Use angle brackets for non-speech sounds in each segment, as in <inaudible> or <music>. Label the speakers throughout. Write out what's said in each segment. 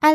Speaker 1: 艾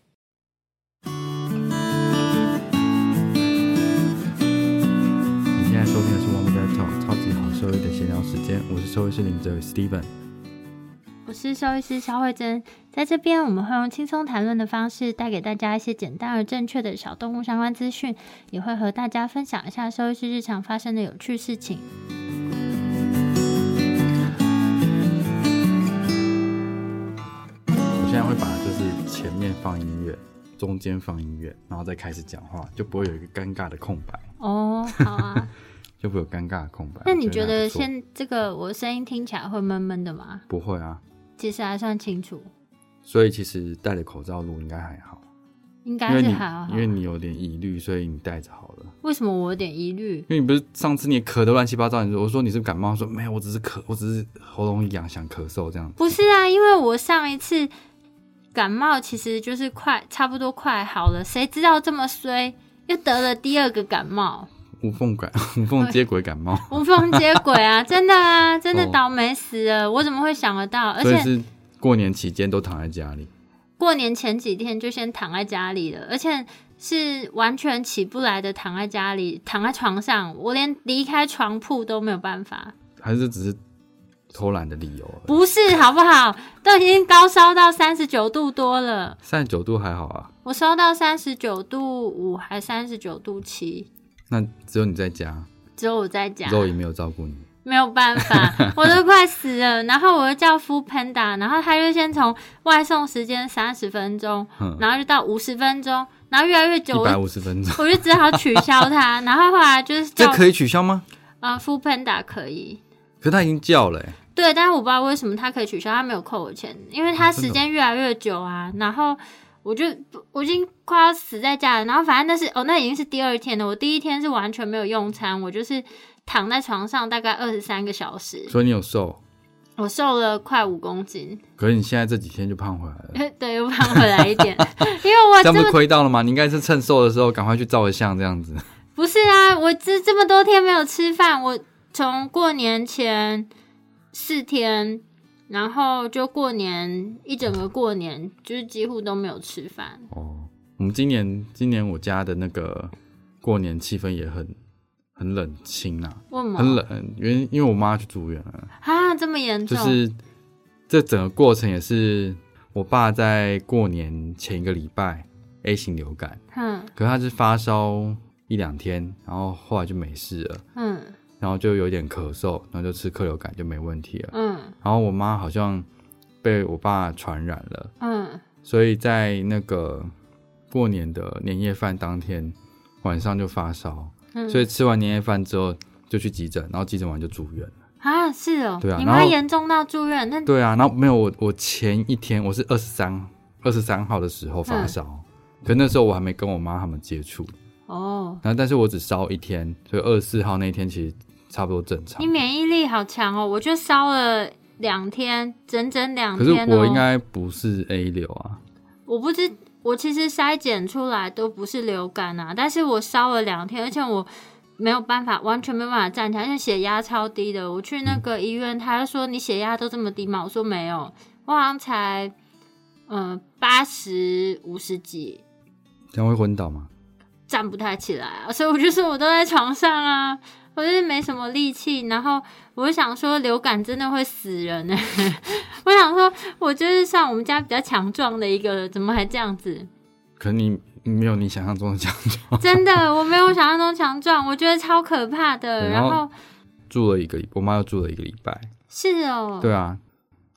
Speaker 2: 你现在收听的是《One More Talk》超级好兽医的闲聊时间，我是兽医师林哲宇 Steven。
Speaker 1: 我是兽医师肖慧珍，在这边我们会用轻松谈论的方式，带给大家一些简单而正确的小动物相关资讯，也会和大家分享一下兽医师日常发生的有趣事情。
Speaker 2: 我现在会把就是前面放音乐，中间放音乐，然后再开始讲话，就不会有一个尴尬的空白，
Speaker 1: 哦，好
Speaker 2: <laughs>
Speaker 1: 啊，
Speaker 2: 就不会有尴尬的空白。
Speaker 1: 那
Speaker 2: 我
Speaker 1: 你觉
Speaker 2: 还
Speaker 1: 得
Speaker 2: 不错
Speaker 1: 现这个我声音听起来会闷闷的吗？
Speaker 2: 不会啊？
Speaker 1: 其实还算清楚，
Speaker 2: 所以其实戴着口罩录应该还好，
Speaker 1: 应
Speaker 2: 因
Speaker 1: 该
Speaker 2: 为
Speaker 1: 是
Speaker 2: 你
Speaker 1: 还好。
Speaker 2: 因为你有点疑虑，所以你戴着好了。
Speaker 1: 为什么我有点疑虑？
Speaker 2: 因为你不是上次你也咳得乱七八糟，你说我说你是不是感冒，他说没有，我只是咳，我只是喉咙痒想咳嗽这样。
Speaker 1: 不是啊，因为我上一次感冒其实就是快差不多快好了，谁知道这么衰，又得了第二个感冒。
Speaker 2: 无缝感， <laughs> 无缝接轨感冒，
Speaker 1: 无缝接轨
Speaker 2: <laughs>
Speaker 1: 啊！真的啊，真的
Speaker 2: 哦
Speaker 1: 倒霉死了！我怎么会想得到？而
Speaker 2: 所以
Speaker 1: 且
Speaker 2: 是过年期间都躺在家里。
Speaker 1: 过年前几天就先躺在家里了，而且是完全起不来的，躺在家里，躺在床上，我连离开床铺都没有办法。
Speaker 2: 还是只是偷懒的理由而已。
Speaker 1: 不是，好不好？都已经高烧到三十九度多了，
Speaker 2: 三十九度还好啊，
Speaker 1: 我烧到三十九度五还三十九度七，
Speaker 2: 那只有你在家，
Speaker 1: 只有我在家。
Speaker 2: 肉也没有照顾你。
Speaker 1: <laughs> 没有办法，我都快死了。然后我又叫 f o o Panda，然后他就先从外送时间三十分钟，
Speaker 2: 嗯
Speaker 1: 然后就到五十分钟，然后越来越久，
Speaker 2: 一百
Speaker 1: 我
Speaker 2: 五十
Speaker 1: <laughs>
Speaker 2: 分钟，
Speaker 1: 我就只好取消它。然后后来就是
Speaker 2: 这
Speaker 1: 叫
Speaker 2: 可以取消吗？
Speaker 1: 呃 f o o Panda 可以，
Speaker 2: 可他已经叫了、欸，
Speaker 1: 对，但是我不知道为什么它可以取消，它没有扣我钱，因为它时间越来越久啊。然后我就我已经快要死在家了。然后反正那是哦，那已经是第二天了。我第一天是完全没有用餐，我就是躺在床上大概二十三个小时。
Speaker 2: 所以你有瘦，
Speaker 1: 我瘦了快五公斤， <laughs>
Speaker 2: 可是你现在这几天就胖回来了，
Speaker 1: 对，又胖回来一点，因为我
Speaker 2: 这
Speaker 1: 啊这
Speaker 2: 样不是
Speaker 1: 么
Speaker 2: 亏到了吗？你应该是趁瘦的时候赶快去照个相，这样子。
Speaker 1: 不是啊，我这这么多天没有吃饭，我从过年前四天，然后就过年一整个过年，就是几乎都没有吃饭。
Speaker 2: 哦，我们今年今年我家的那个过年气氛也很很冷清啊，
Speaker 1: 为什么？
Speaker 2: 很冷，因为因为我妈去住院了。
Speaker 1: 啊，这么严
Speaker 2: 就
Speaker 1: 重？
Speaker 2: 是这整个过程也是我爸在过年前一个礼拜 A 型流感，
Speaker 1: 嗯
Speaker 2: 可是他是发烧一两天，然后后来就没事了，
Speaker 1: 嗯
Speaker 2: 然后就有点咳嗽，然后就吃克流感就没问题了。
Speaker 1: 嗯
Speaker 2: 然后我妈好像被我爸传染了，
Speaker 1: 嗯，
Speaker 2: 所以在那个过年的年夜饭当天晚上就发烧，
Speaker 1: 嗯
Speaker 2: 所以吃完年夜饭之后就去急诊，然后急诊完就住院。
Speaker 1: 啊，是哦，
Speaker 2: 对啊
Speaker 1: 你
Speaker 2: 然
Speaker 1: 妈
Speaker 2: 后
Speaker 1: 严重到住院，那
Speaker 2: 对啊，然后没有我，我前一天我是二十三二十三号的时候
Speaker 1: 嗯
Speaker 2: 发烧，可那时候我还没跟我妈他们接触，
Speaker 1: 哦，
Speaker 2: 然后但是我只烧一天，所以二十四号那一天其实差不多正常
Speaker 1: 你。免疫力好强哦，我就烧了两天，整整两
Speaker 2: 可是
Speaker 1: 天哦。
Speaker 2: 我应该不是 A 流啊，
Speaker 1: 我不知，我其实筛检出来都不是流感啊，但是我烧了两天，而且我没有办法，完全没有办法站起来，而且血压超低的。我去那个医院，他就说你血压都这么低吗？我说没有，我好像才嗯八十五十几，
Speaker 2: 这样会昏倒吗？
Speaker 1: 站不太起来啊，所以我就说我都在床上啊。我就是没什么力气，然后我就想说流感真的会死人呢、 <laughs> 我想说，我就是算我们家比较强壮的一个了，怎么还这样子？
Speaker 2: 可是你没有你想象中的这样子， <laughs>
Speaker 1: 真的，我没有想象中强壮，我觉得超可怕的。
Speaker 2: 对
Speaker 1: 然
Speaker 2: 然
Speaker 1: 后
Speaker 2: 后住了一个礼，我妈又住了一个礼拜。
Speaker 1: 是哦，
Speaker 2: 对啊，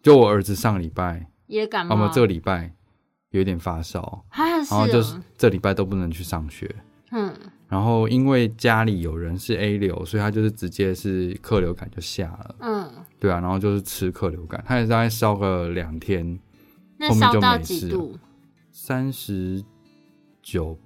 Speaker 2: 就我儿子上礼拜，
Speaker 1: 也感
Speaker 2: 啊
Speaker 1: 冒，
Speaker 2: 我这个礼拜有点发烧，
Speaker 1: 啊是
Speaker 2: 然后
Speaker 1: 哦，
Speaker 2: 就是这礼拜都不能去上学。
Speaker 1: 嗯
Speaker 2: 然后因为家里有人是 A 流，所以他就是直接是客流感就下了，
Speaker 1: 嗯，
Speaker 2: 对啊，然后就是吃客流感，他也大概烧个两天，
Speaker 1: 那
Speaker 2: 后面
Speaker 1: 烧
Speaker 2: 就
Speaker 1: 到
Speaker 2: 没
Speaker 1: 几
Speaker 2: 事
Speaker 1: 度？
Speaker 2: 三十九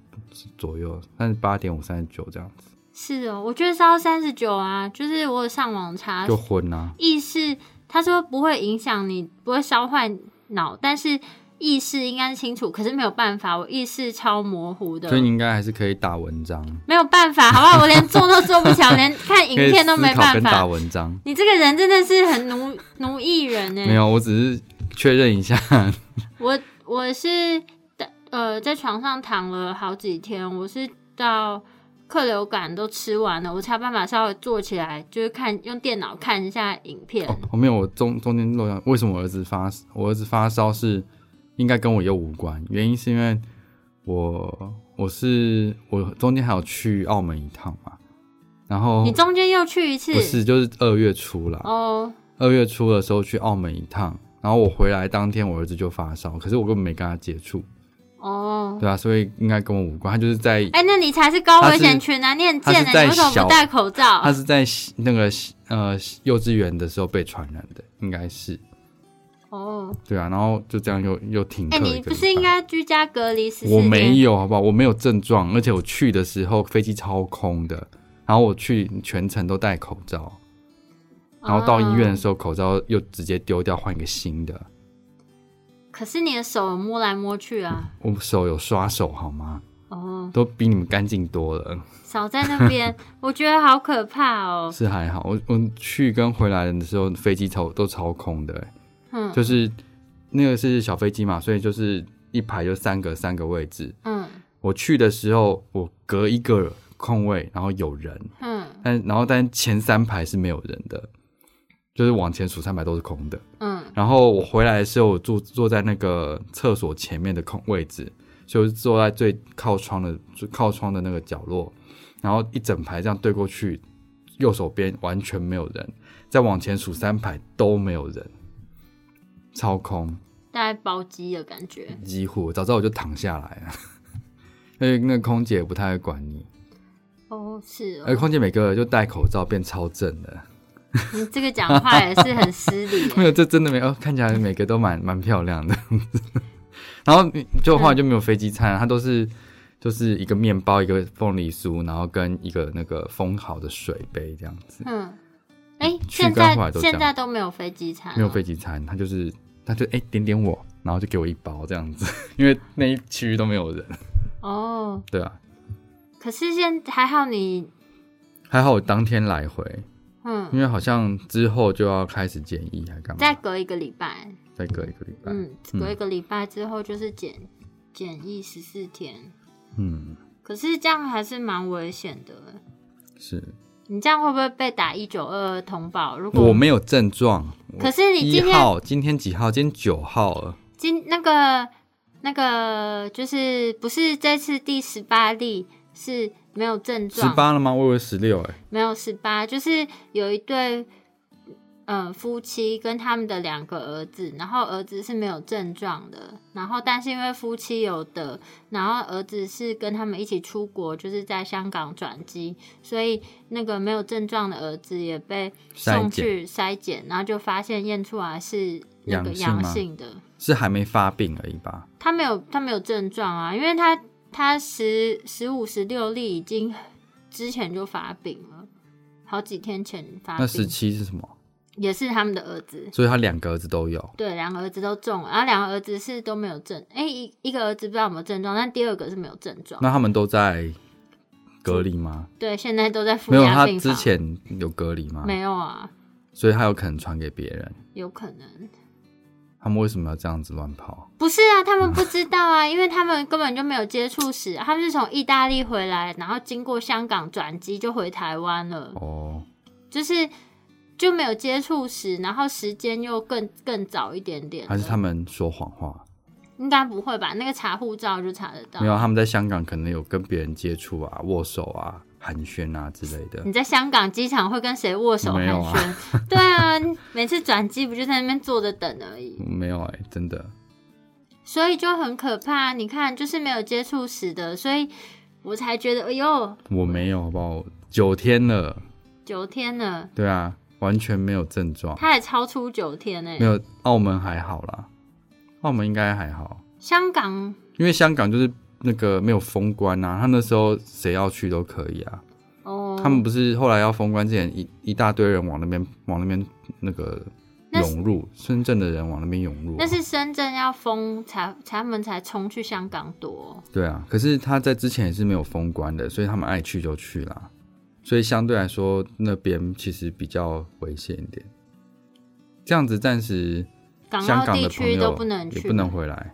Speaker 2: 左右，三十八点五、三十九这样子，
Speaker 1: 是哦，我觉得是要三十九啊，就是我有上网查
Speaker 2: 就昏啊，
Speaker 1: 意识，他说不会影响你，不会烧坏脑，但是意识应该是清楚，可是没有办法，我意识超模糊的
Speaker 2: 所以，你应该还是可以打文章，
Speaker 1: 没有办
Speaker 2: <laughs>
Speaker 1: 法，好不好？我连做都做不起来，我连看影
Speaker 2: 可以
Speaker 1: 片都
Speaker 2: 思
Speaker 1: 没
Speaker 2: 考
Speaker 1: 办
Speaker 2: 跟打
Speaker 1: 法。
Speaker 2: 文章。
Speaker 1: 你这个人真的是很奴奴役人欸呢、
Speaker 2: 没有，我只是确认一下，
Speaker 1: 我我是呃在床上躺了好几天，我是到客流感都吃完了，我才有办法稍微坐起来，就是看用电脑看一下影片。
Speaker 2: 哦，后面我中中间漏掉，为什么我儿子发我儿子发烧是应该跟我又无关，原因是因为我我是我中间还有去澳门一趟嘛，然后
Speaker 1: 你中间又去一次，
Speaker 2: 不是就是二月初啦，
Speaker 1: 哦，
Speaker 2: 二月初的时候去澳门一趟，然后我回来当天我儿子就发烧，可是我根本没跟他接触，
Speaker 1: 哦，
Speaker 2: 对啊，所以应该跟我无关，他就是在
Speaker 1: 哎、那你才是高危
Speaker 2: 他是
Speaker 1: 险群啊！你很
Speaker 2: 他
Speaker 1: 贱
Speaker 2: 是
Speaker 1: 的、
Speaker 2: 在
Speaker 1: 你为什么
Speaker 2: 小
Speaker 1: 不戴口罩
Speaker 2: 他？是在那个呃幼稚园的时候被传染的，应该是
Speaker 1: 哦，
Speaker 2: 对啊，然后就这样又又停课
Speaker 1: 哎、
Speaker 2: 一个礼拜。
Speaker 1: 你不是应该居家隔离十四天？
Speaker 2: 我没有，好不好？我没有症状，而且我去的时候飞机超空的，然后我去全程都戴口罩，然后到医院的
Speaker 1: 哦
Speaker 2: 时候口罩又直接丢掉，换一个新的。
Speaker 1: 可是你的手摸来摸去啊，
Speaker 2: 我手有刷手好吗？
Speaker 1: 哦，
Speaker 2: 都比你们干净多了，
Speaker 1: 少在那边，我觉得好可怕哦。
Speaker 2: <laughs> 是还好。我我去跟回来的时候飞机超都超空的、欸
Speaker 1: 嗯
Speaker 2: 就是那个是小飞机嘛，所以就是一排就三个三个位置。
Speaker 1: 嗯
Speaker 2: 我去的时候我隔一个空位，然后有人，
Speaker 1: 嗯
Speaker 2: 但然后但前三排是没有人的，就是往前数三排都是空的。
Speaker 1: 嗯
Speaker 2: 然后我回来的时候，我坐坐在那个厕所前面的空位置，所以我就坐在最靠窗的最靠窗的那个角落，然后一整排这样对过去，右手边完全没有人，再往前数三排都没有人，超空，
Speaker 1: 大概包机的感觉。
Speaker 2: 几乎早知道我就躺下来了。 <laughs> 因为那个空姐也不太会管你，
Speaker 1: 哦，是
Speaker 2: 而
Speaker 1: 哦，
Speaker 2: 空姐每个就戴口罩变超正的，。
Speaker 1: 你这个讲话也是很失礼
Speaker 2: <laughs>
Speaker 1: <laughs>
Speaker 2: 没有，这真的没有，哦看起来每个都蛮蛮漂亮的。然后你就后来就没有飞机餐，它都是就是一个面包，一个凤梨酥，然后跟一个那个封好的水杯这样子，
Speaker 1: 嗯，哎、
Speaker 2: 去
Speaker 1: 现
Speaker 2: 跟
Speaker 1: 在
Speaker 2: 回来都这样
Speaker 1: 现在都没有飞机餐了，
Speaker 2: 没有飞机餐，它就是它就哎、点点我，然后就给我一包这样子，因为那一区都没有人，
Speaker 1: 哦。
Speaker 2: 对啊，
Speaker 1: 可是现还好你，
Speaker 2: 还好我当天来回，
Speaker 1: 嗯，
Speaker 2: 因为好像之后就要开始检疫还干嘛，
Speaker 1: 再隔一个礼拜，
Speaker 2: 再隔一个礼拜，
Speaker 1: 嗯，
Speaker 2: 嗯
Speaker 1: 隔一个礼拜之后就是检检疫十四天，
Speaker 2: 嗯，
Speaker 1: 可是这样还是蛮危险的。
Speaker 2: 是
Speaker 1: 你这样会不会被打一九二二通报？如果
Speaker 2: 我没有症状，我
Speaker 1: 可是你
Speaker 2: 一
Speaker 1: 今天
Speaker 2: 号今天几号？今天九号了。
Speaker 1: 今那个那个就是不是这次第十八例是没有症
Speaker 2: 十
Speaker 1: 状，
Speaker 2: 八了吗？我以为十六哎。
Speaker 1: 没有十八，就是有一对呃夫妻跟他们的两个儿子，然后儿子是没有症状的，然后但是因为夫妻有的，然后儿子是跟他们一起出国，就是在香港转机，所以那个没有症状的儿子也被送
Speaker 2: 筛检
Speaker 1: 去筛检，然后就发现验出来是那个
Speaker 2: 阳性吗
Speaker 1: 阳性的。
Speaker 2: 是还没发病而已吧？
Speaker 1: 他没有他没有症状啊，因为他他十十五十六例已经之前就发病了，好几天前发
Speaker 2: 那十
Speaker 1: 病，
Speaker 2: 七是什么？
Speaker 1: 也是他们的儿子。
Speaker 2: 所以他两个儿子都有，
Speaker 1: 对，两个儿子都中了，然后两个儿子是都没有症，哎、一一个儿子不知道有没有症状，但第二个是没有症状。
Speaker 2: 那他们都在隔离吗？
Speaker 1: 对，现在都在负
Speaker 2: 没有，
Speaker 1: 压
Speaker 2: 他
Speaker 1: 病
Speaker 2: 之
Speaker 1: 房。
Speaker 2: 前有隔离吗？
Speaker 1: 嗯没有啊，
Speaker 2: 所以他有可能传给别人。
Speaker 1: 有可能
Speaker 2: 他们为什么要这样子乱跑？
Speaker 1: 不是啊，他们不知道啊，因 <laughs> 为他们根本就没有接触史，他们是从意大利回来，然后经过香港转机就回台湾了。
Speaker 2: 哦，
Speaker 1: 就是就没有接触史，然后时间又更更早一点点了。
Speaker 2: 还是他们说谎话？
Speaker 1: 应该不会吧？那个查护照就查得到
Speaker 2: 没。有，他们在香港可能有跟别人接触啊，握手啊，寒暄啊之类的。
Speaker 1: 你在香港机场会跟谁握手寒
Speaker 2: 没有啊
Speaker 1: 暄？ <laughs> 对啊，每次转机不就在那边坐着等而已，
Speaker 2: 没有哎、真的。
Speaker 1: 所以就很可怕。啊你看，就是没有接触史的，所以我才觉得，哎呦，
Speaker 2: 我没有，好不好？九天了，
Speaker 1: 九天了，
Speaker 2: 对啊，完全没有症状，
Speaker 1: 他也超出九天呢、
Speaker 2: 没有。澳门还好啦，澳门应该还好，
Speaker 1: 香港
Speaker 2: 因为香港就是那个没有封关啊，他那时候谁要去都可以啊，
Speaker 1: 哦，哦，
Speaker 2: 他们不是后来要封关之前，一一大堆人往那边往那边那个
Speaker 1: 那
Speaker 2: 涌入，深圳的人往那边涌入啊。
Speaker 1: 那是深圳要封才，才他们才冲去香港躲。
Speaker 2: 对啊，可是他在之前也是没有封关的，所以他们爱去就去啦。所以相对来说，那边其实比较危险一点。这样子暂时
Speaker 1: 港
Speaker 2: 香
Speaker 1: 澳
Speaker 2: 港
Speaker 1: 地
Speaker 2: 的朋
Speaker 1: 区
Speaker 2: 友
Speaker 1: 都不能
Speaker 2: 也
Speaker 1: 去，嗯
Speaker 2: 不能回来，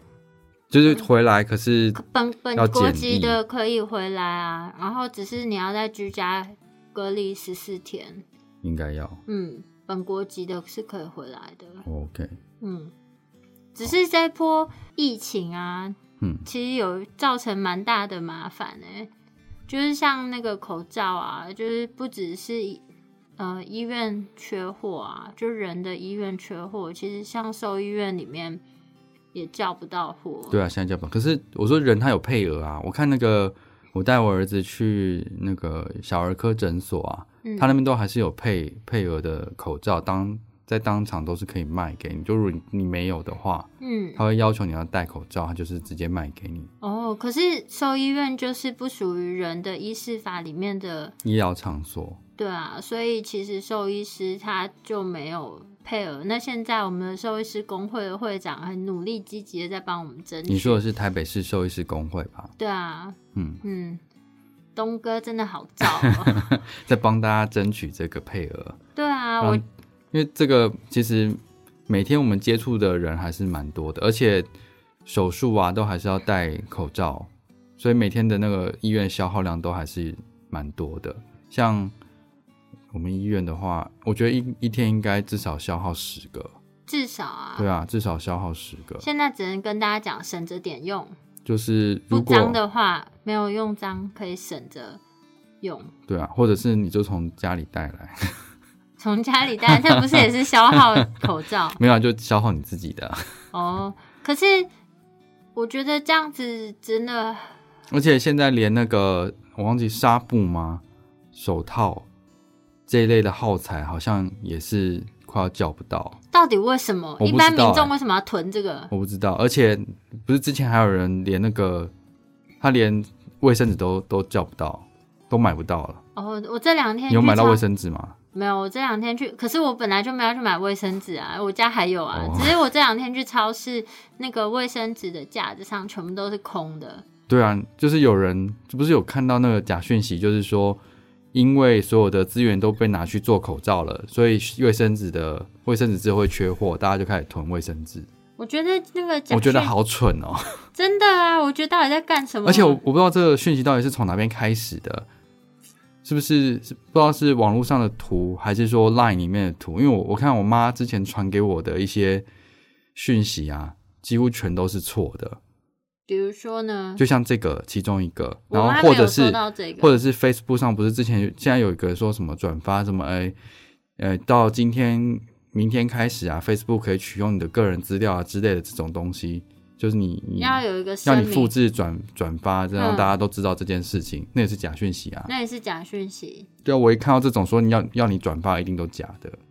Speaker 2: 就是回来，可是
Speaker 1: 本本
Speaker 2: 要
Speaker 1: 国
Speaker 2: 检
Speaker 1: 籍
Speaker 2: 疫
Speaker 1: 的可以回来啊，然后只是你要在居家隔离十四天。
Speaker 2: 应该要
Speaker 1: 嗯，本国籍的是可以回来的。
Speaker 2: OK。
Speaker 1: 嗯，只是这波疫情啊，
Speaker 2: 嗯，
Speaker 1: 其实有造成蛮大的麻烦哎、就是像那个口罩啊，就是不只是医呃医院缺货啊，就人的医院缺货，其实像兽医院里面也叫不到货。
Speaker 2: 对啊，现在叫不到。可是我说人他有配额啊，我看那个我带我儿子去那个小儿科诊所啊，
Speaker 1: 嗯，
Speaker 2: 他那边都还是有配配额的口罩，当在当场都是可以卖给你。就如果你没有的话，
Speaker 1: 嗯
Speaker 2: 他会要求你要戴口罩，他就是直接卖给你。
Speaker 1: 哦，可是兽医院就是不属于人的医师法里面的，
Speaker 2: 医疗场所，
Speaker 1: 对啊，所以其实兽医师他就没有配额。那现在我们的兽医师工会的会长很努力积极的在帮我们争取。
Speaker 2: 你说的是台北市兽医师工会吧？
Speaker 1: 对啊，
Speaker 2: 嗯，
Speaker 1: 嗯，东哥真的好燥、
Speaker 2: <laughs>
Speaker 1: 哦。
Speaker 2: 在帮大家争取这个配额，
Speaker 1: 对啊，
Speaker 2: 让
Speaker 1: 我
Speaker 2: 因为这个其实每天我们接触的人还是蛮多的，而且手术啊都还是要戴口罩，所以每天的那个医院消耗量都还是蛮多的。像我们医院的话，我觉得一一天应该至少消耗十
Speaker 1: 哦
Speaker 2: 个，
Speaker 1: 至少啊，
Speaker 2: 对啊，至少消耗十个。
Speaker 1: 现在只能跟大家讲省着点用，
Speaker 2: 就是
Speaker 1: 不
Speaker 2: 如
Speaker 1: 脏
Speaker 2: 果
Speaker 1: 的话没有用脏可以省着用。
Speaker 2: 对啊，或者是你就从家里带来，
Speaker 1: 从家里带，这不是也是消耗口罩？
Speaker 2: 没有啊就消耗你自己的。
Speaker 1: 哦，可是我觉得这样子真的，
Speaker 2: 而且现在连那个我忘记纱布吗、手套这一类的耗材，好像也是快要叫不到。
Speaker 1: 到底为什么
Speaker 2: 我不
Speaker 1: 一般
Speaker 2: 知道
Speaker 1: 民众
Speaker 2: 欸
Speaker 1: 为什么要囤这个？
Speaker 2: 我不知道，而且不是之前还有人连那个他连卫生纸都都叫不到，都买不到了。
Speaker 1: 哦，我这两天
Speaker 2: 你有
Speaker 1: 去
Speaker 2: 买到
Speaker 1: 超
Speaker 2: 卫生纸吗？
Speaker 1: 没有，我这两天去，可是我本来就没有去买卫生纸啊，我家还有啊，
Speaker 2: 哦
Speaker 1: 只是我这两天去超市，那个卫生纸的架子上全部都是空的。
Speaker 2: 对啊，就是有人不是有看到那个假讯息，就是说，因为所有的资源都被拿去做口罩了，所以卫生纸的卫生纸就会缺货，大家就开始囤卫生纸。
Speaker 1: 我觉得那个假
Speaker 2: 我觉得
Speaker 1: 讯
Speaker 2: 好蠢哦、
Speaker 1: 真的啊，我觉得到底在干什么？
Speaker 2: 而且我我不知道这个讯息到底是从哪边开始的，是不是是不知道是网络上的图，还是说 Line 里面的图？因为我我看我妈之前传给我的一些讯息啊，几乎全都是错的，
Speaker 1: 比如说呢，
Speaker 2: 就像这个其中一个，
Speaker 1: 我
Speaker 2: 然后
Speaker 1: 妈
Speaker 2: 或
Speaker 1: 没有
Speaker 2: 者
Speaker 1: 收
Speaker 2: 是
Speaker 1: 到这个，
Speaker 2: 或者是 Facebook 上不是之前有现在有一个说什么转发什么哎呃到今天明天开始啊，Facebook 可以取用你的个人资料啊之类的这种东西，就是你你
Speaker 1: 要有一个
Speaker 2: 要
Speaker 1: 声
Speaker 2: 你
Speaker 1: 明，
Speaker 2: 复制转转发，这
Speaker 1: 嗯
Speaker 2: 让大家都知道这件事情，那也是假讯息啊。
Speaker 1: 那也是假讯息。
Speaker 2: 对啊，我一看到这种说你要要你转发，一定都假的，我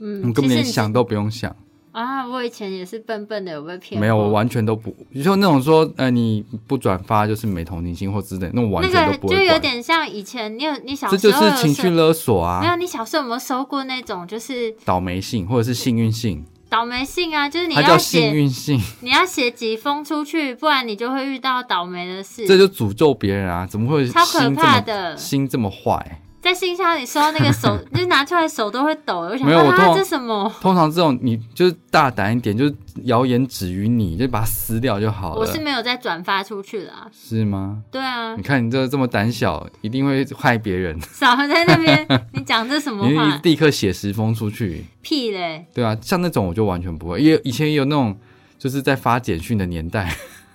Speaker 1: 嗯，
Speaker 2: 们根
Speaker 1: 其
Speaker 2: 本
Speaker 1: 实
Speaker 2: 连
Speaker 1: 你
Speaker 2: 想都不用想。
Speaker 1: 啊，我以前也是笨笨的，有被骗过。
Speaker 2: 没有，我完全都不，你说那种说呃你不转发就是没同情心或之类的，那我完
Speaker 1: 那
Speaker 2: 全都
Speaker 1: 个
Speaker 2: 不
Speaker 1: 就
Speaker 2: 会
Speaker 1: 有
Speaker 2: 管。
Speaker 1: 点像以前，你有你小
Speaker 2: 这
Speaker 1: 时
Speaker 2: 就
Speaker 1: 候
Speaker 2: 是
Speaker 1: 有
Speaker 2: 情绪
Speaker 1: 收
Speaker 2: 勒索
Speaker 1: 没有，
Speaker 2: 啊，
Speaker 1: 你小时候有没有收过那种就是
Speaker 2: 倒霉信或者是幸运信，
Speaker 1: 倒霉信啊？就是你
Speaker 2: 它
Speaker 1: 要
Speaker 2: 叫
Speaker 1: 写
Speaker 2: 幸运信，
Speaker 1: 你要写几封出去，不然你就会遇到倒霉的事。
Speaker 2: 这就诅咒别人啊，怎么会
Speaker 1: 超可
Speaker 2: 心这
Speaker 1: 怕
Speaker 2: 么
Speaker 1: 的
Speaker 2: 心这么坏？
Speaker 1: 在信箱里收到那个
Speaker 2: <laughs>
Speaker 1: 手，就是拿出来手都会抖。我想
Speaker 2: 没有
Speaker 1: 说
Speaker 2: 我通
Speaker 1: 啊，
Speaker 2: 常
Speaker 1: 这什么？
Speaker 2: 通常这种你就是大胆一点，就是谣言止于你，就把它撕掉就好了。
Speaker 1: 我是没有再转发出去了、啊。
Speaker 2: 是吗？
Speaker 1: 对啊
Speaker 2: 你，看你这这么胆小，一定会害别人。
Speaker 1: 少在那边，
Speaker 2: <laughs>
Speaker 1: 你讲这什么
Speaker 2: 你
Speaker 1: 话
Speaker 2: 立刻写十封出去，
Speaker 1: 屁嘞？
Speaker 2: 对啊，像那种我就完全不会。也以前也有那种就是在发简讯的年代， <laughs>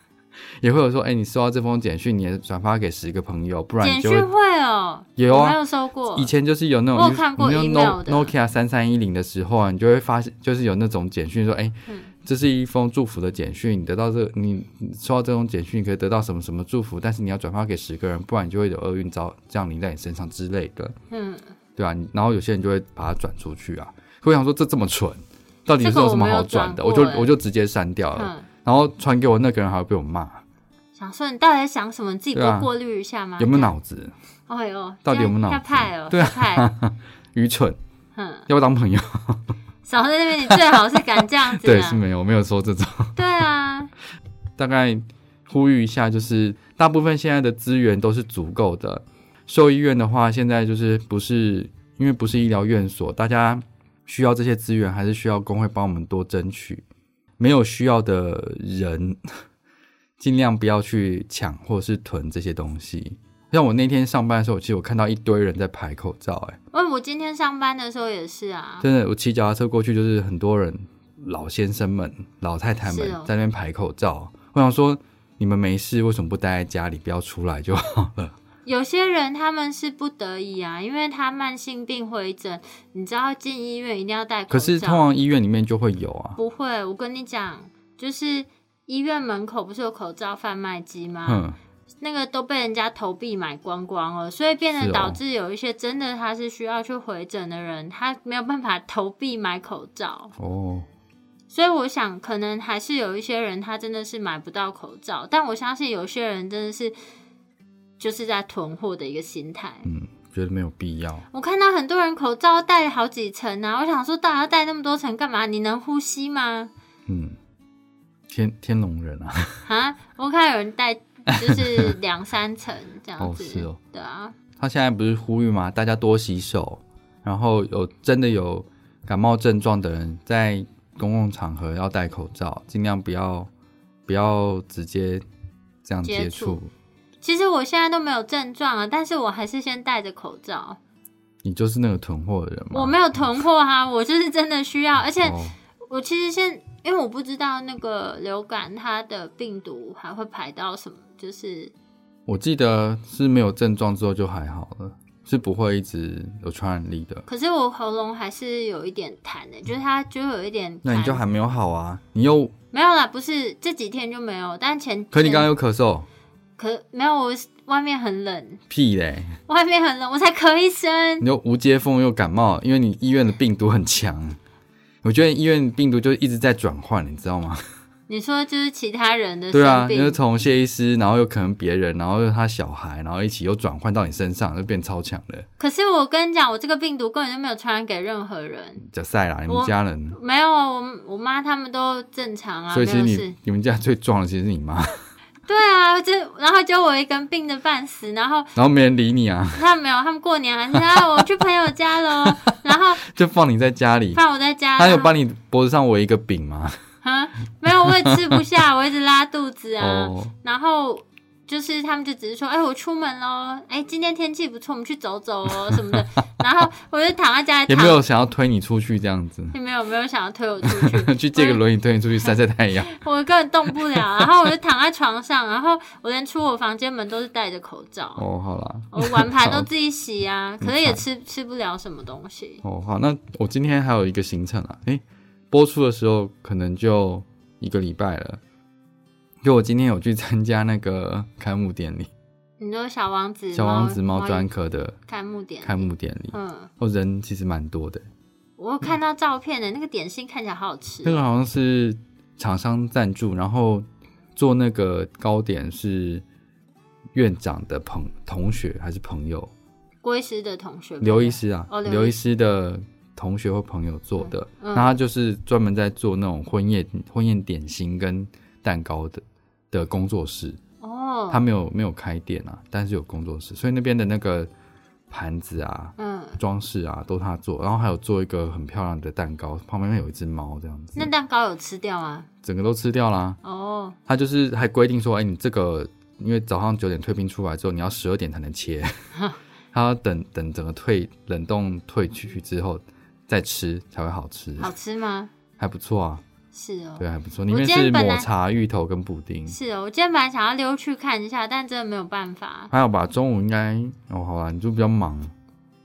Speaker 2: 也会有说，哎、你收到这封简讯，你也转发给十个朋友，不然
Speaker 1: 简
Speaker 2: 你就
Speaker 1: 讯
Speaker 2: 会
Speaker 1: 会哦，
Speaker 2: 有
Speaker 1: 我没
Speaker 2: 啊。
Speaker 1: 有收过
Speaker 2: 以。前就是有那
Speaker 1: 我
Speaker 2: 种，
Speaker 1: 有看过
Speaker 2: 你用
Speaker 1: email 的
Speaker 2: Nokia 三三一零的时候啊，你就会发现，就是有那种简讯说，哎、
Speaker 1: 嗯
Speaker 2: 这是一封祝福的简讯，你得到这，你你收到这种简讯，你可以得到什么什么祝福，但是你要转发给十个人，不然你就会有厄运遭降临在你身上之类的，
Speaker 1: 嗯，
Speaker 2: 对啊，你然后有些人就会把它转出去啊，会想说这这么蠢，到底是
Speaker 1: 这个
Speaker 2: 有什么好
Speaker 1: 我没有
Speaker 2: 转的？
Speaker 1: 转
Speaker 2: 我
Speaker 1: 过
Speaker 2: 就
Speaker 1: 欸
Speaker 2: 我就直接删掉了，
Speaker 1: 嗯，
Speaker 2: 然后传给我那个人还会被我骂，
Speaker 1: 想说你到底在想什么？你自己
Speaker 2: 对
Speaker 1: 多
Speaker 2: 啊
Speaker 1: 过滤一下嘛。
Speaker 2: 有没有脑子？
Speaker 1: 这样？哎呦，
Speaker 2: 到底有没有脑
Speaker 1: 这样
Speaker 2: 子
Speaker 1: 要派哦，
Speaker 2: 对啊
Speaker 1: 要派，
Speaker 2: 愚蠢，
Speaker 1: 嗯，
Speaker 2: 要不要当朋友？ <laughs>
Speaker 1: 少在那边，你最好是敢这样子
Speaker 2: 对，
Speaker 1: 啊
Speaker 2: 是没有，没有说这种。
Speaker 1: 对啊，
Speaker 2: 大概呼吁一下，就是大部分现在的资源都是足够的。兽医院的话，现在就是不是因为不是医疗院所，大家需要这些资源，还是需要工会帮我们多争取。没有需要的人， <laughs> 尽量不要去抢或是囤这些东西。像我那天上班的时候，其实我看到一堆人在排口罩、哎，
Speaker 1: 问我今天上班的时候也是啊，
Speaker 2: 真的，我骑脚踏车过去，就是很多人，老先生们、老太太们
Speaker 1: 是哦
Speaker 2: 在那边排口罩。我想说，你们没事，为什么不待在家里，不要出来就好了？
Speaker 1: 有些人他们是不得已啊，因为他慢性病回诊，你知道进医院一定要戴口罩。
Speaker 2: 可是通常医院里面就会有啊，
Speaker 1: 不会，我跟你讲，就是医院门口不是有口罩贩卖机吗？
Speaker 2: 嗯，
Speaker 1: 那个都被人家投币买光光了，所以变
Speaker 2: 是
Speaker 1: 成
Speaker 2: 哦
Speaker 1: 导致有一些真的他是需要去回诊的人，他没有办法投币买口罩。
Speaker 2: 哦，
Speaker 1: 所以我想，可能还是有一些人他真的是买不到口罩，但我相信有些人真的是就是在囤货的一个心态。
Speaker 2: 嗯，觉得没有必要。
Speaker 1: 我看到很多人口罩戴好几层啊，我想说，大家要戴那么多层干嘛？你能呼吸吗？
Speaker 2: 嗯，天天龙人啊，
Speaker 1: 啊，我看有人戴就是两三层这样子，
Speaker 2: 哦是哦
Speaker 1: 对啊，
Speaker 2: 他现在不是呼吁嘛，大家多洗手，然后有真的有感冒症状的人，在公共场合要戴口罩，尽量不要不要直接这样
Speaker 1: 接
Speaker 2: 接
Speaker 1: 触
Speaker 2: 触。
Speaker 1: 其实我现在都没有症状啊，但是我还是先戴着口罩。
Speaker 2: 你就是那个囤货的人吗？
Speaker 1: 我没有囤货啊，我就是真的需要，而且
Speaker 2: 哦，
Speaker 1: 我其实现因为我不知道那个流感它的病毒还会排到什么，就是
Speaker 2: 我记得是没有症状之后就还好了，是不会一直有传染力的。
Speaker 1: 可是我喉咙还是有一点痰的、就是它就有一点痰。
Speaker 2: 那你就还没有好啊？你又
Speaker 1: 没有啦，不是这几天就没有，但前
Speaker 2: 可你刚刚有咳嗽，
Speaker 1: 可没有，我是外面很冷， <laughs>
Speaker 2: 屁嘞！
Speaker 1: 外面很冷，我才咳一声。
Speaker 2: 你又无接缝又感冒，因为你医院的病毒很强。我觉得医院病毒就一直在转换，你知道吗？
Speaker 1: 你说就是其他人的
Speaker 2: 对啊
Speaker 1: 生，
Speaker 2: 因为
Speaker 1: 病，
Speaker 2: 从谢医师，然后又可能别人，然后又他小孩，然后一起又转换到你身上，就变超强了。
Speaker 1: 可是我跟你讲，我这个病毒根本就没有传染给任何人，
Speaker 2: 假赛啦，你
Speaker 1: 我
Speaker 2: 们家人，
Speaker 1: 没有，我我妈他们都正常啊，
Speaker 2: 所
Speaker 1: 没
Speaker 2: 以其实
Speaker 1: 有事
Speaker 2: 你。你们家最壮的其实是你妈，
Speaker 1: 对啊，这然后就我一个人病的半死，然后
Speaker 2: 然后没人理你啊，
Speaker 1: 他们没有，他们过年还是
Speaker 2: <laughs>
Speaker 1: 啊，我去朋友家喽，然后
Speaker 2: 就放你在家里。
Speaker 1: 放我在家，
Speaker 2: 他有
Speaker 1: 然后
Speaker 2: 帮你脖子上围一个饼吗？
Speaker 1: 啊，没有，我也吃不下，我一直拉肚子啊，
Speaker 2: 哦，
Speaker 1: 然后。就是他们就只是说，哎、我出门喽，哎、今天天气不错，我们去走走哦什么
Speaker 2: <laughs>
Speaker 1: 的。然后我就躺在家里
Speaker 2: 也
Speaker 1: 躺，
Speaker 2: 没有想要推你出去这样子， <laughs>
Speaker 1: 也没有没有想要推我出去，
Speaker 2: 去借个轮椅推你出去晒晒太
Speaker 1: <laughs>
Speaker 2: 阳。
Speaker 1: 我根本动不了。然后我就躺在床上，然后我连出我房间门都是戴着口罩。
Speaker 2: 哦，好嗯啦，
Speaker 1: 我碗盘都自己洗啊，可是也吃吃不了什么东西。
Speaker 2: 哦好，那我今天还有一个行程啊，诶，播出的时候可能就一个礼拜了，因为我今天有去参加那个开幕典礼，
Speaker 1: 你说小王子、
Speaker 2: 小王子猫
Speaker 1: 嗯猫
Speaker 2: 专科的
Speaker 1: 开幕点，
Speaker 2: 开幕典礼，
Speaker 1: 嗯，
Speaker 2: 哦，人其实蛮多的，
Speaker 1: 我有看到照片的那个点心看起来好好吃
Speaker 2: 那，个好像是厂商赞助，然后做那个糕点是院长的朋同学还是朋友，
Speaker 1: 郭医师的同学
Speaker 2: 刘医，师啊，
Speaker 1: 哦刘医师
Speaker 2: 刘医师的同学或朋友做的，
Speaker 1: 嗯
Speaker 2: 那他就是专门在做那种婚宴婚宴点心跟蛋糕的的工作室，
Speaker 1: 哦，
Speaker 2: 他没有没有开店啊，但是有工作室，所以那边的那个盘子啊、
Speaker 1: 嗯，
Speaker 2: 装饰啊都他做，然后还有做一个很漂亮的蛋糕，旁边有一只猫这样子
Speaker 1: 那，蛋糕有吃掉吗？
Speaker 2: 整个都吃掉啦。
Speaker 1: 哦，
Speaker 2: 他就是还规定说，哎、你这个因为早上九点退冰出来之后，你要十二点才
Speaker 1: <laughs>
Speaker 2: 能切，他要等等整个退冷冻退去之后再吃才会好吃，
Speaker 1: 好吃吗？
Speaker 2: 还不错啊，
Speaker 1: 是哦，
Speaker 2: 对，还不错。里
Speaker 1: 我
Speaker 2: 面
Speaker 1: 今天
Speaker 2: 是
Speaker 1: 本来
Speaker 2: 抹茶、芋头跟布丁，
Speaker 1: 是哦。我今天本来想要溜去看一下，但真的没有办法，
Speaker 2: 还有吧，中午应该哦，好啦，你就比较忙，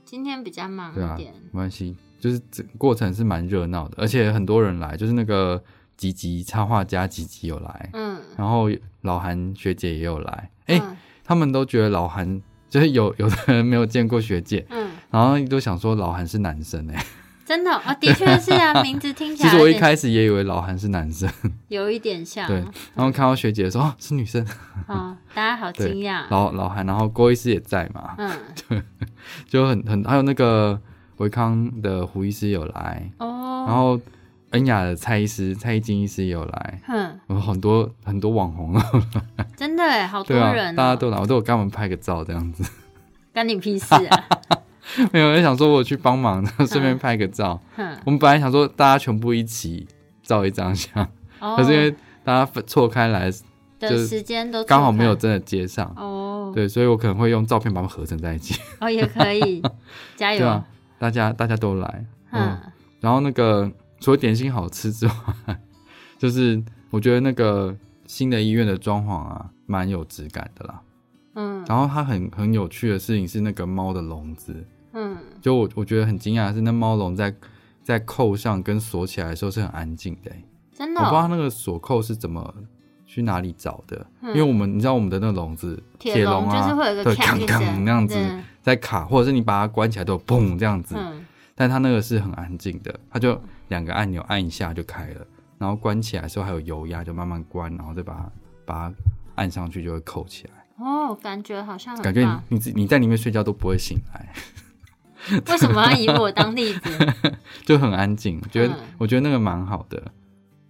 Speaker 1: 今天比较忙
Speaker 2: 对啊，
Speaker 1: 一
Speaker 2: 没
Speaker 1: 点。
Speaker 2: 关系，就是整个过程是蛮热闹的，而且很多人来，就是那个吉吉插画家吉吉有来，
Speaker 1: 嗯，
Speaker 2: 然后老韩学姐也有来，哎、
Speaker 1: 嗯
Speaker 2: 他们都觉得老韩就是有有的人没有见过学姐， <laughs>
Speaker 1: 嗯，
Speaker 2: 然后都想说老韩是男生哎、
Speaker 1: 真的啊，的确是啊，名字听起
Speaker 2: <laughs> 其
Speaker 1: 来
Speaker 2: 实我
Speaker 1: 有
Speaker 2: 一
Speaker 1: 点
Speaker 2: 开始也以为老韩是男生，
Speaker 1: 有一点像
Speaker 2: 对，然后看到学姐说哦是女生，
Speaker 1: 啊，大家好惊
Speaker 2: 对
Speaker 1: 讶，
Speaker 2: 老老韩，然后郭医师也在嘛，
Speaker 1: 嗯，
Speaker 2: 就很很还有那个维康的胡医师有来，然
Speaker 1: 哦，
Speaker 2: 后恩雅的蔡医师、蔡一金医师也有来，
Speaker 1: 哼，
Speaker 2: 有很多很多网红啊，
Speaker 1: 真的哎，好多
Speaker 2: 对啊，
Speaker 1: 人哦，
Speaker 2: 大家都来，我都有跟他们拍个照这样子， <laughs>
Speaker 1: 干你屁事啊，
Speaker 2: 没有人想说我去帮忙，然后
Speaker 1: 嗯
Speaker 2: 顺便拍个照。
Speaker 1: 哼，
Speaker 2: 我们本来想说大家全部一起照一张相，
Speaker 1: 哦
Speaker 2: 可是因为大家分错开来，就
Speaker 1: 的
Speaker 2: 是
Speaker 1: 时间都
Speaker 2: 刚好没有
Speaker 1: 错
Speaker 2: 真的接上
Speaker 1: 开，哦，
Speaker 2: 对，所以我可能会用照片把它们合成在一起， <laughs>
Speaker 1: 哦也可以，加
Speaker 2: 对
Speaker 1: 油
Speaker 2: 啊，，大家大家都来，嗯。
Speaker 1: 嗯，
Speaker 2: 然后那个除了点心好吃之外，就是我觉得那个新的医院的装潢啊，蛮有质感的啦。
Speaker 1: 嗯
Speaker 2: 然后它很很有趣的事情是那个猫的笼子，
Speaker 1: 嗯，
Speaker 2: 就我我觉得很惊讶的是那猫笼在在扣上跟锁起来的时候是很安静的欸、
Speaker 1: 真的
Speaker 2: 我不知
Speaker 1: 哦，
Speaker 2: 道那个锁扣是怎么去哪里找的，
Speaker 1: 嗯
Speaker 2: 因为我们你知道我们的那个笼子铁笼
Speaker 1: 笼就是
Speaker 2: 啊，
Speaker 1: 会有一个
Speaker 2: 对
Speaker 1: 咔
Speaker 2: 锵
Speaker 1: 一
Speaker 2: 锵
Speaker 1: 声
Speaker 2: 那样子
Speaker 1: 对
Speaker 2: 在卡，或者是你把它关起来都有砰这样子，
Speaker 1: 嗯，
Speaker 2: 但它那个是很安静的，它就两个按钮按一下就开了，然后关起来的时候还有油压，就慢慢关，然后再把它把它按上去就会扣起来，
Speaker 1: 哦，感觉好像很
Speaker 2: 感觉
Speaker 1: 棒
Speaker 2: 你你自你在里面睡觉都不会醒来，
Speaker 1: 为什么要以我当例子？
Speaker 2: <laughs> 就很安静。我觉得、
Speaker 1: 嗯
Speaker 2: 我觉得那个蛮好的，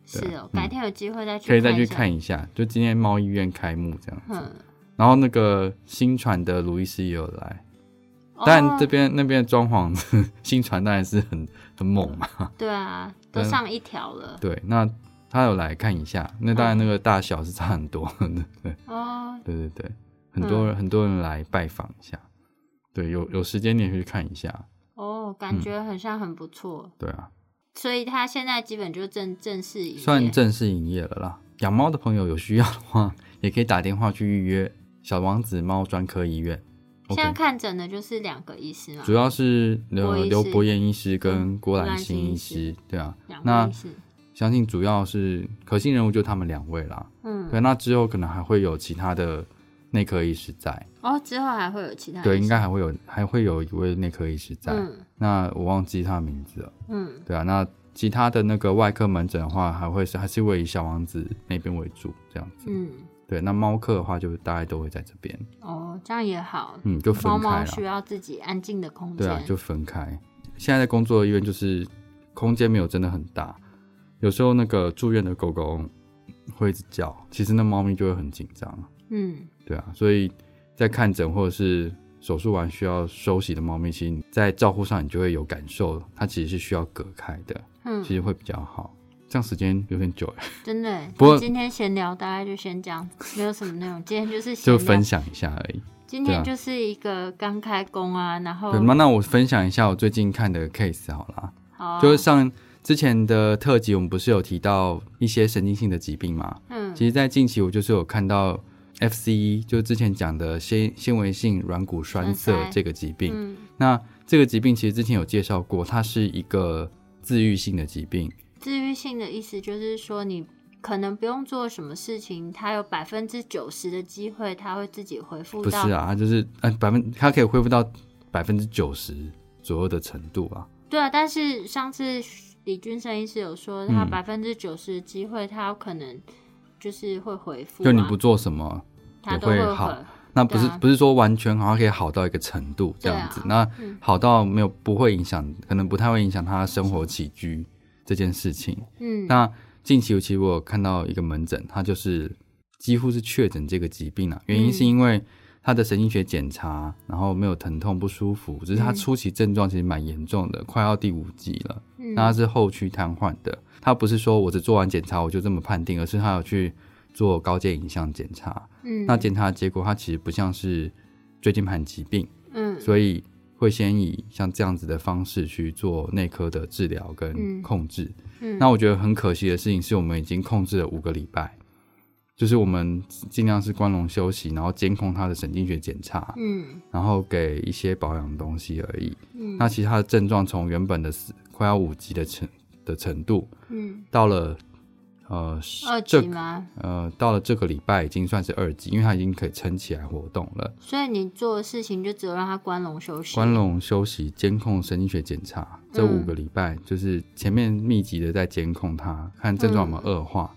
Speaker 1: 是
Speaker 2: 对啊
Speaker 1: 哦，
Speaker 2: 嗯
Speaker 1: 改天有机会再去
Speaker 2: 可以再
Speaker 1: 一
Speaker 2: 去
Speaker 1: 下。
Speaker 2: 看一下。就今天猫医院开幕这样，
Speaker 1: 嗯，
Speaker 2: 然后那个新传的卢医师也有来，但这
Speaker 1: 哦、
Speaker 2: 边、那边的装潢 <laughs> 新传当然是很很猛嘛，
Speaker 1: 对啊，都
Speaker 2: 嗯
Speaker 1: 上一条了、
Speaker 2: 对，那他有来看一下，那当然那个大小是差很多 <laughs> 的，对。
Speaker 1: 哦，
Speaker 2: 对对对，很多
Speaker 1: 嗯
Speaker 2: 人、很多人来拜访一下，对，有有时间你也可以去看一下，
Speaker 1: 哦，
Speaker 2: 嗯
Speaker 1: 感觉很像很不错，
Speaker 2: 对啊，
Speaker 1: 所以他现在基本就正正式营业
Speaker 2: 算正式营业了啦。养猫的朋友有需要的话， <laughs> 也可以打电话去预约小王子猫专科医院。
Speaker 1: 现在
Speaker 2: OK，
Speaker 1: 看诊的就是两个医师嘛
Speaker 2: 主，要是
Speaker 1: 郭
Speaker 2: 呃
Speaker 1: 医师嗯
Speaker 2: 刘伯彦医师跟郭
Speaker 1: 郭
Speaker 2: 兰
Speaker 1: 兰心
Speaker 2: 心
Speaker 1: 医
Speaker 2: 医
Speaker 1: 师
Speaker 2: 师，对啊
Speaker 1: 两，
Speaker 2: 那
Speaker 1: 个医师，
Speaker 2: 相信主要是可信人物就他们两位啦。对，
Speaker 1: 嗯，
Speaker 2: 那之后可能还会有其他的内科医师在，
Speaker 1: 哦，之后还会有其他
Speaker 2: 对，
Speaker 1: 医
Speaker 2: 应
Speaker 1: 师
Speaker 2: 该还会有还会有一位内科医师在。
Speaker 1: 嗯
Speaker 2: 那我忘记他的名字了。
Speaker 1: 嗯，
Speaker 2: 对啊，那其他的那个外科门诊的话，还会是还是会以小王子那边为主这样子。
Speaker 1: 嗯，
Speaker 2: 对，那猫科的话，就大概都会在这边，
Speaker 1: 哦，这样也好，
Speaker 2: 嗯，就分
Speaker 1: 猫
Speaker 2: 开
Speaker 1: 猫
Speaker 2: 了
Speaker 1: 需。要自己安静的空间，
Speaker 2: 对啊，就分开。现在在工作的医院就是空间没有真的很大，有时候那个住院的狗狗会一直叫，其实那猫咪就会很紧张。
Speaker 1: 嗯，
Speaker 2: 对啊，所以在看诊或者是手术完需要休息的猫咪，其实你在照顾上你就会有感受，它其实是需要隔开的，
Speaker 1: 嗯
Speaker 2: 其实会比较好。这样时间有点久
Speaker 1: <laughs>
Speaker 2: 了。
Speaker 1: 真的耶。
Speaker 2: 不过
Speaker 1: 那今天闲聊大概就先这样，没有什么内容。今天就是闲
Speaker 2: 就
Speaker 1: 聊，
Speaker 2: 分享一下而已。
Speaker 1: 今天就是一个刚开工啊，然后
Speaker 2: 对吗？那我分享一下我最近看的 case 好啦，
Speaker 1: 好啊
Speaker 2: 就是上之前的特辑，我们不是有提到一些神经性的疾病嘛？
Speaker 1: 嗯
Speaker 2: 其实，在近期我就是有看到 FCE，就是之前讲的纤纤维性软骨栓塞
Speaker 1: 栓塞
Speaker 2: 这个疾病。
Speaker 1: 嗯
Speaker 2: 那这个疾病其实之前有介绍过，它是一个自愈性的疾病。
Speaker 1: 治愈性的意思就是说你。可能不用做什么事情，它有百分之九十的机会，它会自己恢复
Speaker 2: 不是
Speaker 1: 到。
Speaker 2: 啊，它就是呃百分，它可以恢复到百分之九十左右的程度啊。
Speaker 1: 对啊，但是上次李俊生医师有说，他
Speaker 2: 嗯
Speaker 1: 百分之九十的机会，他有可能就是会恢复、啊，
Speaker 2: 就你不做什么，
Speaker 1: 他
Speaker 2: 也
Speaker 1: 都
Speaker 2: 会
Speaker 1: 恢
Speaker 2: 好
Speaker 1: 复
Speaker 2: 那不是、
Speaker 1: 对啊
Speaker 2: 不是说完全好像可以好到一个程度这样子，
Speaker 1: 对
Speaker 2: 那
Speaker 1: 嗯
Speaker 2: 好到没有不会影响，可能不太会影响他生活起居这件事情。
Speaker 1: 嗯，
Speaker 2: 那近期其实我有看到一个门诊，他就是几乎是确诊这个疾病
Speaker 1: 嗯
Speaker 2: 啊，原因是因为他的神经学检查，然后没有疼痛不舒服，只是他
Speaker 1: 嗯
Speaker 2: 初期症状其实蛮严重的，快要第五级了。
Speaker 1: 嗯
Speaker 2: 那他是后区瘫痪的，他不是说我只做完检查我就这么判定，而是他有去做高阶影像检查。
Speaker 1: 嗯
Speaker 2: 那检查的结果，它其实不像是椎间盘疾病，
Speaker 1: 嗯
Speaker 2: 所以会先以像这样子的方式去做内科的治疗跟
Speaker 1: 嗯
Speaker 2: 控制。
Speaker 1: 嗯
Speaker 2: 那我觉得很可惜的事情是我们已经控制了五个礼拜，就是我们尽量是关笼休息，然后监控他的神经学检查，
Speaker 1: 嗯
Speaker 2: 然后给一些保养的东西而已。
Speaker 1: 嗯
Speaker 2: 那其实他的症状从原本的四快要五级的程的程度，
Speaker 1: 嗯
Speaker 2: 到了呃
Speaker 1: 二
Speaker 2: 这
Speaker 1: 级吗？
Speaker 2: 呃到了这个礼拜已经算是二级，因为它已经可以撑起来活动了。
Speaker 1: 所以你做的事情就只有让他关笼休息。
Speaker 2: 关笼休息、监控神经学检查，这
Speaker 1: 嗯
Speaker 2: 五个礼拜、就是前面密集的在监控它，看症状有
Speaker 1: 嗯
Speaker 2: 没有恶化。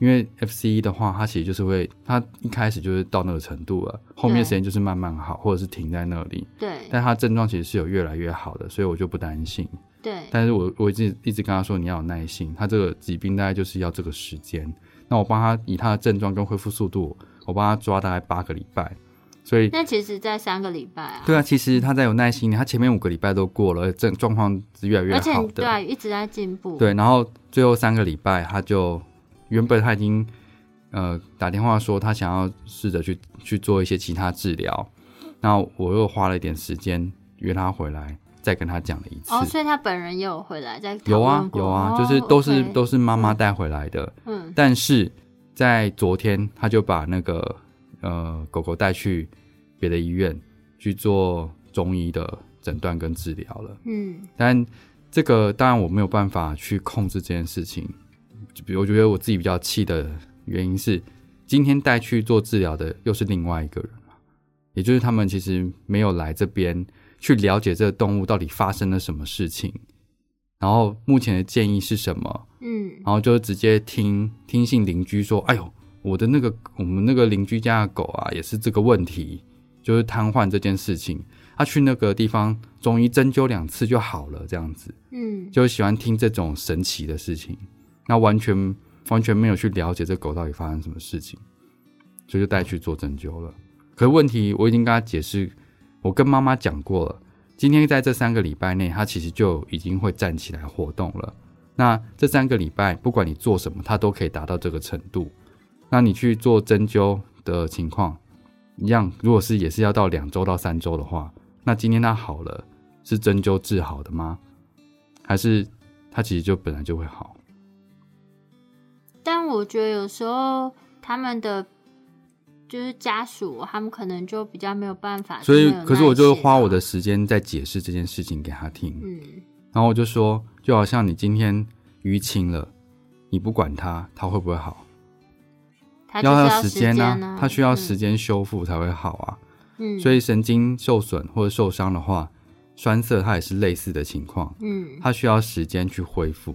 Speaker 2: 因为 FCE 的话，它其实就是会，它一开始就是到那个程度了，后面
Speaker 1: 对
Speaker 2: 时间就是慢慢好，或者是停在那里。
Speaker 1: 对
Speaker 2: 但它症状其实是有越来越好的，所以我就不担心。
Speaker 1: 对，
Speaker 2: 但是我我一直一直跟他说你要有耐心，他这个疾病大概就是要这个时间。那我帮他以他的症状跟恢复速度，我帮他抓大概八个礼拜。所以
Speaker 1: 那其实，在三个礼拜啊，
Speaker 2: 对啊，其实他在有耐心，他前面五个礼拜都过了，症状况是越来越
Speaker 1: 而且
Speaker 2: 好
Speaker 1: 你
Speaker 2: 的。
Speaker 1: 对啊一直在进步。
Speaker 2: 对，然后最后三个礼拜，他就原本他已经呃打电话说他想要试着去去做一些其他治疗，然后我又花了一点时间约他回来，再跟他讲了一次。
Speaker 1: 哦，所以他本人也有回来在讨
Speaker 2: 有啊
Speaker 1: 论过
Speaker 2: 有啊，
Speaker 1: 哦
Speaker 2: 就是都是
Speaker 1: OK
Speaker 2: 都是妈妈带回来的，
Speaker 1: 嗯
Speaker 2: 但是在昨天他就把那个呃狗狗带去别的医院去做中医的诊断跟治疗了。
Speaker 1: 嗯
Speaker 2: 但这个当然我没有办法去控制这件事情。就比如我觉得我自己比较气的原因是，今天带去做治疗的又是另外一个人嘛也就是他们其实没有来这边去了解这个动物到底发生了什么事情，然后目前的建议是什么，
Speaker 1: 嗯，
Speaker 2: 然后就直接听听信邻居说，哎呦，我的那个我们那个邻居家的狗啊，也是这个问题，就是瘫痪这件事情。他去那个地方中医针灸两次就好了，这样子
Speaker 1: 嗯，
Speaker 2: 就喜欢听这种神奇的事情，那完全完全没有去了解这狗到底发生什么事情，所以就带去做针灸了。可是问题我已经跟他解释，我跟妈妈讲过了，今天在这三个礼拜内，它其实就已经会站起来活动了。那这三个礼拜，不管你做什么，它都可以达到这个程度。那你去做针灸的情况，一样，如果是也是要到两周到三周的话，那今天它好了，是针灸治好的吗？还是它其实就本来就会好？
Speaker 1: 但我觉得有时候他们的就是家属，他们可能就比较没有办法，
Speaker 2: 所以
Speaker 1: 没有，
Speaker 2: 可是我就
Speaker 1: 耐心啊
Speaker 2: 花我的时间在解释这件事情给他听。
Speaker 1: 嗯
Speaker 2: 然后我就说，就好像你今天淤青了，你不管它，它会不会好？，
Speaker 1: 他就是
Speaker 2: 要
Speaker 1: 要
Speaker 2: 时
Speaker 1: 间
Speaker 2: 呐、
Speaker 1: 啊，
Speaker 2: 它需要
Speaker 1: 嗯
Speaker 2: 时，间修复才会好啊。
Speaker 1: 嗯，
Speaker 2: 所
Speaker 1: 以
Speaker 2: 以神经受损或者受伤的话，栓塞它也是类似的情况，
Speaker 1: 嗯
Speaker 2: 它需要时间去恢复。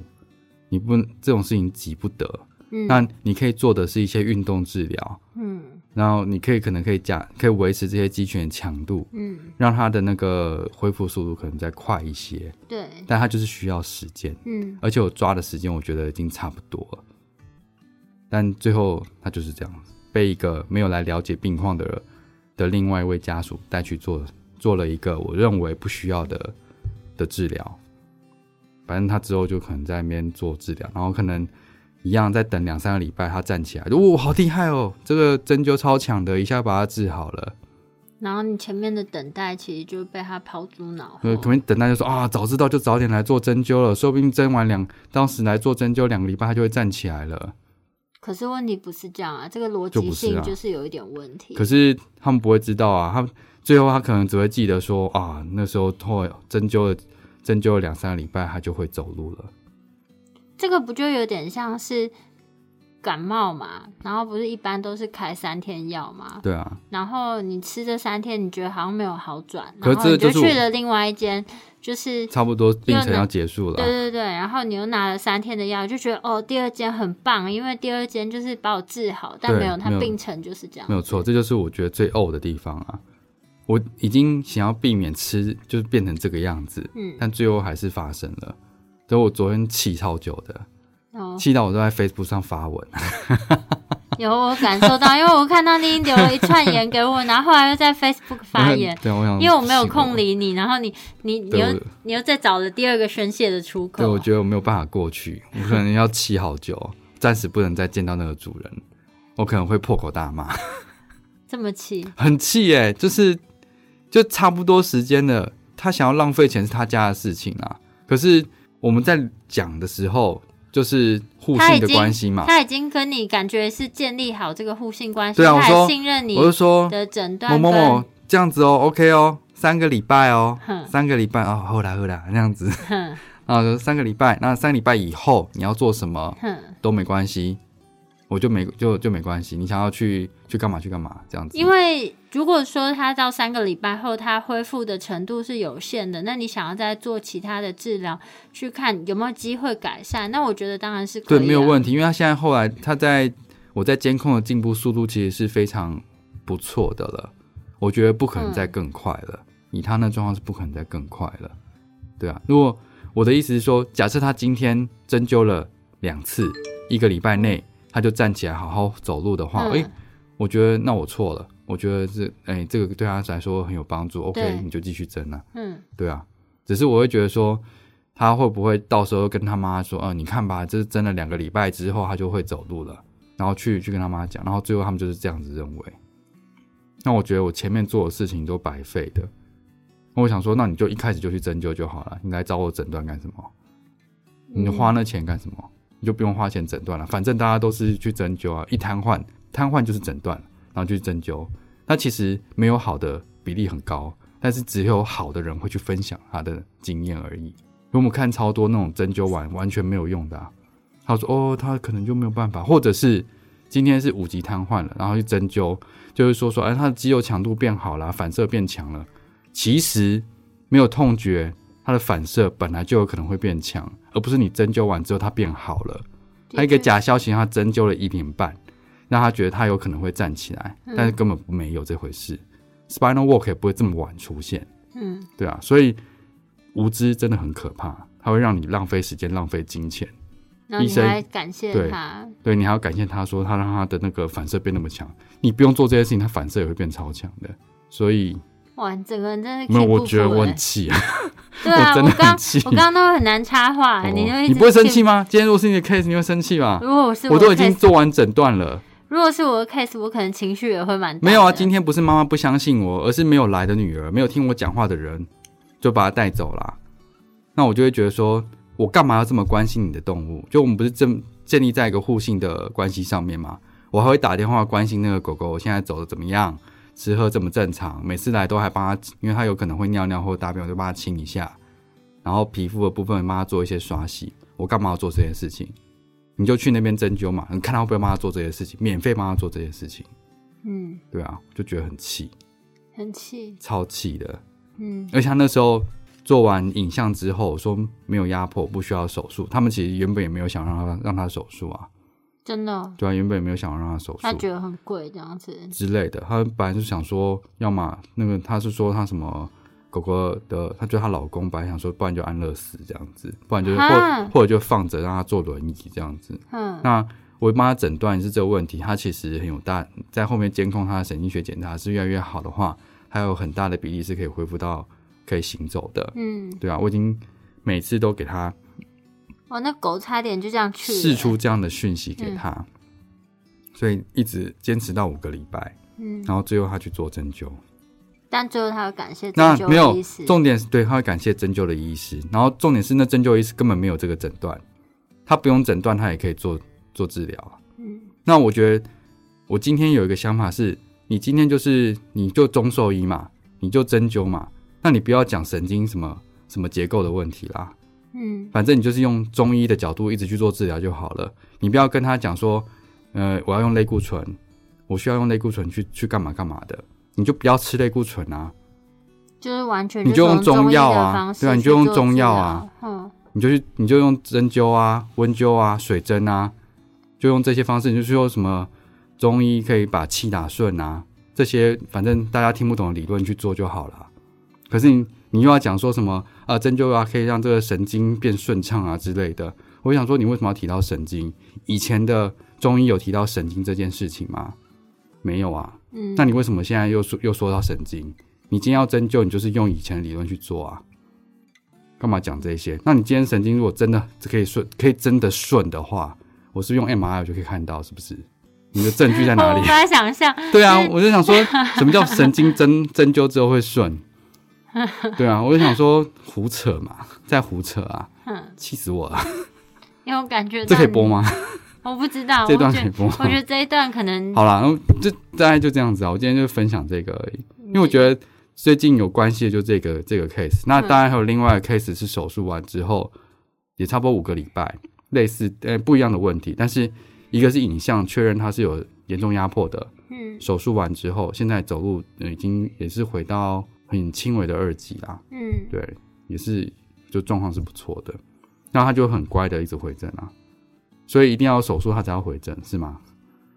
Speaker 2: 你不这种事情急不得，
Speaker 1: 嗯
Speaker 2: 那你可以做的是一些运动治疗，
Speaker 1: 嗯
Speaker 2: 然后你可以可能可以加可以维持这些肌群的强度，
Speaker 1: 嗯
Speaker 2: 让它的那个恢复速度可能再快一些，
Speaker 1: 对
Speaker 2: 但它就是需要时间。
Speaker 1: 嗯
Speaker 2: 而且我抓的时间我觉得已经差不多了，但最后他就是这样，被一个没有来了解病况的的另外一位家属带去做做了一个我认为不需要的的治疗，反正他之后就可能在那边做治疗，然后可能一样再等两三个礼拜，他站起来，哇、好厉害哦，这个针灸超强的，一下把它治好了。
Speaker 1: 然后你前面的等待其实就被他抛诸脑后
Speaker 2: 呃，，可能等待就说啊，早知道就早点来做针灸了，说不定针完两，当时来做针灸两个礼拜，他就会站起来了。
Speaker 1: 可是问题不是这样啊，这个逻
Speaker 2: 就
Speaker 1: 辑
Speaker 2: 不是
Speaker 1: 性
Speaker 2: 啊
Speaker 1: 就是有一点问题。
Speaker 2: 可是他们不会知道啊，他们最后他可能只会记得说啊，那时候后针灸了针灸了两三个礼拜，他就会走路了。
Speaker 1: 这个不就有点像是感冒嘛？然后不是一般都是开三天药嘛？
Speaker 2: 对啊，
Speaker 1: 然后你吃这三天，你觉得好像没有好转，
Speaker 2: 可
Speaker 1: 然后
Speaker 2: 是这
Speaker 1: 你
Speaker 2: 就
Speaker 1: 就是
Speaker 2: 我
Speaker 1: 去了另外一间，就是
Speaker 2: 差不多病程要结束了
Speaker 1: 对
Speaker 2: 啊。
Speaker 1: 对对，然后你又拿了三天的药，就觉得哦，第二间很棒，因为第二间就是把我治好，但
Speaker 2: 对
Speaker 1: 没有，它
Speaker 2: 没有
Speaker 1: 病程就是这样，
Speaker 2: 没有错，这就是我觉得最呕的地方啊！我已经想要避免吃，就是变成这个样子，
Speaker 1: 嗯，
Speaker 2: 但最后还是发生了。所以我昨天气超久的，
Speaker 1: 然后
Speaker 2: 气到我都在 Facebook 上发文，，
Speaker 1: 有我感受到，因为我看到你留了一串言给我，然后后来又在 Facebook 发言
Speaker 2: 对，我想，
Speaker 1: 因为我没有
Speaker 2: 不行了
Speaker 1: 空理你，然后你你你
Speaker 2: 对
Speaker 1: 又
Speaker 2: 我
Speaker 1: 你又再找了第二个宣泄的出口，啊
Speaker 2: 对，我觉得我没有办法过去，我可能要气好久，暂时不能再见到那个主人，我可能会破口大骂，
Speaker 1: 这么气，
Speaker 2: 很气耶、就是就差不多时间了，他想要浪费钱是他家的事情啊，可是我们在讲的时候，就是互
Speaker 1: 他
Speaker 2: 信
Speaker 1: 已
Speaker 2: 的
Speaker 1: 经
Speaker 2: 关系嘛，
Speaker 1: 他已经跟你感觉是建立好这个互信关系，
Speaker 2: 对啊我
Speaker 1: 他也
Speaker 2: 说
Speaker 1: 信任你
Speaker 2: 我就说
Speaker 1: 的诊断
Speaker 2: 某某
Speaker 1: 跟
Speaker 2: 某这样子哦，OK 哦，三个礼拜哦
Speaker 1: 哼，
Speaker 2: 三个礼拜哦，后来后来那样子， <laughs>
Speaker 1: 哼
Speaker 2: 然后就三个礼拜，那三个礼拜以后你要做什么
Speaker 1: 哼，
Speaker 2: 都没关系，我就没就就没关系，你想要去去干嘛去干嘛这样子，
Speaker 1: 因为如果说他到三个礼拜后，他恢复的程度是有限的，那你想要再做其他的治疗，去看有没有机会改善，那我觉得当然是可以、
Speaker 2: 对
Speaker 1: 啊。
Speaker 2: 没有问题，因为他现在后来他在我在监控的进步速度其实是非常不错的了，我觉得不可能
Speaker 1: 嗯
Speaker 2: 再更快了，以他那状况是不可能再更快了，对啊，如果我的意思是说，假设他今天针灸了两次，一个礼拜内他就站起来好好走路的话，
Speaker 1: 嗯
Speaker 2: 诶。我觉得那我错了，我觉得这哎、这个对他来说很有帮助。
Speaker 1: 对
Speaker 2: OK，你就继续争啊，
Speaker 1: 嗯
Speaker 2: 对啊。只是我会觉得说，他会不会到时候跟他妈说，啊，你看吧，这是真的两个礼拜之后他就会走路了，然后去去跟他妈讲，然后最后他们就是这样子认为。那我觉得我前面做的事情都白费的。那我想说，那你就一开始就去针灸就好了，你来找我诊断干什么？你花那钱干什么？你就不用花钱诊断了，反正大家都是去针灸啊，一瘫痪，瘫痪就是诊断，然后去针灸。那其实没有好的比例很高，但是只有好的人会去分享他的经验而已。因为我们看超多那种针灸完完全没有用的、啊，他说哦，他可能就没有办法，或者是今天是五级瘫痪了，然后去针灸，就是说说，哎，他的肌肉强度变好了，反射变强了。其实没有痛觉，他的反射本来就有可能会变强，而不是你针灸完之后它变好了。
Speaker 1: 的
Speaker 2: 他一个
Speaker 1: 确
Speaker 2: 假消息，他针灸了一年半，让他觉得他有可能会站起来，
Speaker 1: 嗯
Speaker 2: 但是根本没有这回事。Spinal walk 也不会这么晚出现，
Speaker 1: 嗯
Speaker 2: 对啊，所以无知真的很可怕，它会让你浪费时间、浪费金钱。
Speaker 1: 然后
Speaker 2: 医
Speaker 1: 你
Speaker 2: 生
Speaker 1: 还感谢
Speaker 2: 对
Speaker 1: 他，
Speaker 2: 对你还要感谢他说他让他的那个反射变那么强，你不用做这些事情，他反射也会变超强的。所以
Speaker 1: 哇，你整个人真的
Speaker 2: 没有，
Speaker 1: 气
Speaker 2: 我
Speaker 1: 不
Speaker 2: 觉得
Speaker 1: 服
Speaker 2: 我
Speaker 1: 欸
Speaker 2: 很气啊，
Speaker 1: 对啊，
Speaker 2: 我真
Speaker 1: 我
Speaker 2: 的很
Speaker 1: 刚
Speaker 2: 气哦
Speaker 1: 我刚刚都很难插话，你就一
Speaker 2: 你
Speaker 1: 直
Speaker 2: 不会生
Speaker 1: 气
Speaker 2: 气吗？今天如果是你的 case，你会生气吧？
Speaker 1: 如果我是
Speaker 2: 啊我
Speaker 1: 的
Speaker 2: 都已经
Speaker 1: case，
Speaker 2: 做完诊断了，
Speaker 1: 如果是我的 case，我可能情绪也会蛮大的
Speaker 2: 没有啊。今天不是妈妈不相信我，而是没有来的女儿，没有听我讲话的人，就把她带走啦。那我就会觉得说，我干嘛要这么关心你的动物？就我们不是建建立在一个互信的关系上面吗？我还会打电话关心那个狗狗现在走的怎么样，吃喝正不正常，每次来都还帮它，因为它有可能会尿尿或大便，我就帮它清一下，然后皮肤的部分帮它做一些刷洗。我干嘛要做这些事情？你就去那边针灸嘛，你看他会不会帮他做这些事情，免费帮他做这些事情。
Speaker 1: 嗯，
Speaker 2: 对啊，就觉得很气，
Speaker 1: 很气，
Speaker 2: 超气的。
Speaker 1: 嗯
Speaker 2: 而且他那时候做完影像之后，我说没有压迫，不需要手术。他们其实原本也没有想让他让他手术啊，
Speaker 1: 真的哦，
Speaker 2: 对啊，原本也没有想让他手
Speaker 1: 他
Speaker 2: 术
Speaker 1: 觉得很贵这样子，
Speaker 2: 之类的。他本来就想说，要么那个他是说他什么。狗狗的，她觉得她老公本来想说，不然就安乐死这样子，不然就是
Speaker 1: 哈
Speaker 2: 或或者就放着让他坐轮椅这样子。
Speaker 1: 嗯
Speaker 2: 那我帮他诊断是这个问题，他其实很有大，在后面监控他的神经学检查是越来越好的话，还有很大的比例是可以恢复到可以行走的。
Speaker 1: 嗯，
Speaker 2: 对啊，我已经每次都给他
Speaker 1: 哦，那狗差点就这样去了，
Speaker 2: 试出这样的讯息给他，所以一直坚持到五个礼拜，
Speaker 1: 嗯，
Speaker 2: 然后最后他去做针灸。
Speaker 1: 但最后他有感谢
Speaker 2: 那
Speaker 1: 自救
Speaker 2: 没
Speaker 1: 的
Speaker 2: 有
Speaker 1: 意思，
Speaker 2: 重点是对他会感谢针灸的医师，然后重点是那针灸医师根本没有这个诊断，他不用诊断他也可以做做治疗啊。
Speaker 1: 嗯
Speaker 2: 那我觉得我今天有一个想法是，你今天就是你就中兽医嘛，你就针灸嘛，那你不要讲神经什么什么结构的问题啦，
Speaker 1: 嗯
Speaker 2: 反正你就是用中医的角度一直去做治疗就好了。你不要跟他讲说，呃，我要用类固醇，我需要用类固醇去去干嘛干嘛的，你就不要吃类固醇啊，
Speaker 1: 就是完全
Speaker 2: 你就用
Speaker 1: 从中
Speaker 2: 中药啊
Speaker 1: 医的方式
Speaker 2: 对啊你
Speaker 1: 去
Speaker 2: 就用
Speaker 1: 做
Speaker 2: 中药
Speaker 1: 治疗
Speaker 2: 啊，
Speaker 1: 嗯
Speaker 2: 你就去你就用针灸啊、温灸啊、水针啊，就用这些方式，你就是用什么中医可以把气打顺啊，这些反正大家听不懂的理论去做就好了。可是你你又要讲说什么啊针灸啊可以让这个神经变顺畅啊之类的，我想说你为什么要提到神经？以前的中医有提到神经这件事情吗？没有啊，
Speaker 1: 嗯，
Speaker 2: 那你为什么现在又说又说到神经？你今天要针灸，你就是用以前的理论去做啊，干嘛讲这些？那你今天神经如果真的可以顺，可以真的顺的话，我是不是用 MRI 我就可以看到，是不是？你的证据在哪
Speaker 1: 我
Speaker 2: 里
Speaker 1: 无？法想象，
Speaker 2: <laughs> 对啊
Speaker 1: 就是，
Speaker 2: 我就
Speaker 1: <laughs>
Speaker 2: 想说，什么叫神经针针灸之后会顺？对啊，我就想说胡扯嘛，在胡扯啊，气死我了！
Speaker 1: 因为我感觉
Speaker 2: 这可以
Speaker 1: 到
Speaker 2: 播
Speaker 1: 你？
Speaker 2: 吗？
Speaker 1: 我不知道，
Speaker 2: 这
Speaker 1: 我
Speaker 2: 段
Speaker 1: 觉
Speaker 2: 可以播吗
Speaker 1: <laughs> 我觉得这一段可能
Speaker 2: 好啦，然后就大概就这样子啊。我今天就分享这个而已，因为我觉得最近有关系的就这个这个 case。那
Speaker 1: 嗯
Speaker 2: 当然还有另外的 case 是手术完之后也差不多五个礼拜，类似呃不一样的问题，但是一个是影像确认他是有严重压迫的，
Speaker 1: 嗯
Speaker 2: 手术完之后现在走路呃已经也是回到很轻微的二级啦，
Speaker 1: 嗯，
Speaker 2: 对，也是就状况是不错的。那他就很乖的一直回诊啊，所以一定要手术他才要回诊是吗？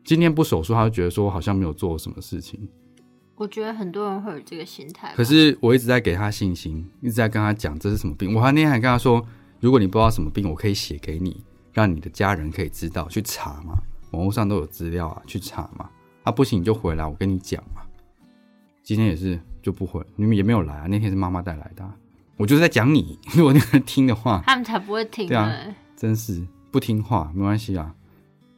Speaker 2: 今天不手术，他就觉得说我好像没有做什么事情。
Speaker 1: 我觉得很多人会有这个心态吧。
Speaker 2: 可是我一直在给他信心，一直在跟他讲这是什么病。我还那天还跟他说，如果你不知道什么病，我可以写给你，让你的家人可以知道，去查嘛，网络上都有资料啊，去查嘛。啊，不行你就回来，我跟你讲嘛。今天也是就不回，你们也没有来啊，那天是妈妈带来的啊、我就是在讲你，如果你们听的话，
Speaker 1: 他们才不会听
Speaker 2: 对啊
Speaker 1: 呢。
Speaker 2: 真是不听话没关系啊，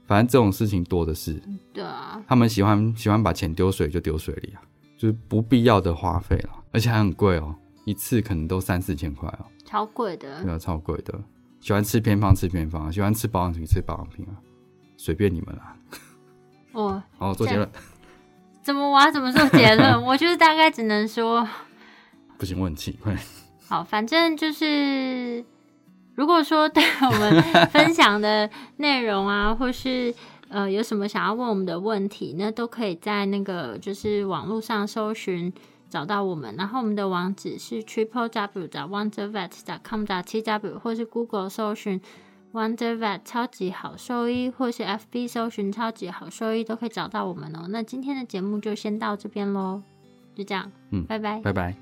Speaker 2: 反正这种事情多的是。
Speaker 1: 对啊，
Speaker 2: 他们喜欢喜欢把钱丢水就丢水里啊，就是不必要的花费了，而且还很贵哦，一次可能都三四千块哦，
Speaker 1: 超贵的
Speaker 2: 对。啊，超贵的。喜欢吃偏方吃偏方啊，喜欢吃保养品吃保养品啊，随便你们啦。
Speaker 1: 哦，
Speaker 2: 好，做结论，
Speaker 1: 怎么我要怎么做结论？ <laughs> 我就是大概只能说，
Speaker 2: 不行，我很气，快点
Speaker 1: 好，反正就是，如果说对我们分享的内容啊，或是呃有什么想要问我们的问题，那都可以在那个就是网络上搜寻找到我们。然后我们的网址是 triple w wonder vet com t w 或是 Google 搜寻 wonder vet 超级好兽医，或是 FB 搜寻超级好兽医，都可以找到我们哦。那今天的节目就先到这边喽，就这样，
Speaker 2: 嗯
Speaker 1: 拜拜。
Speaker 2: 拜拜。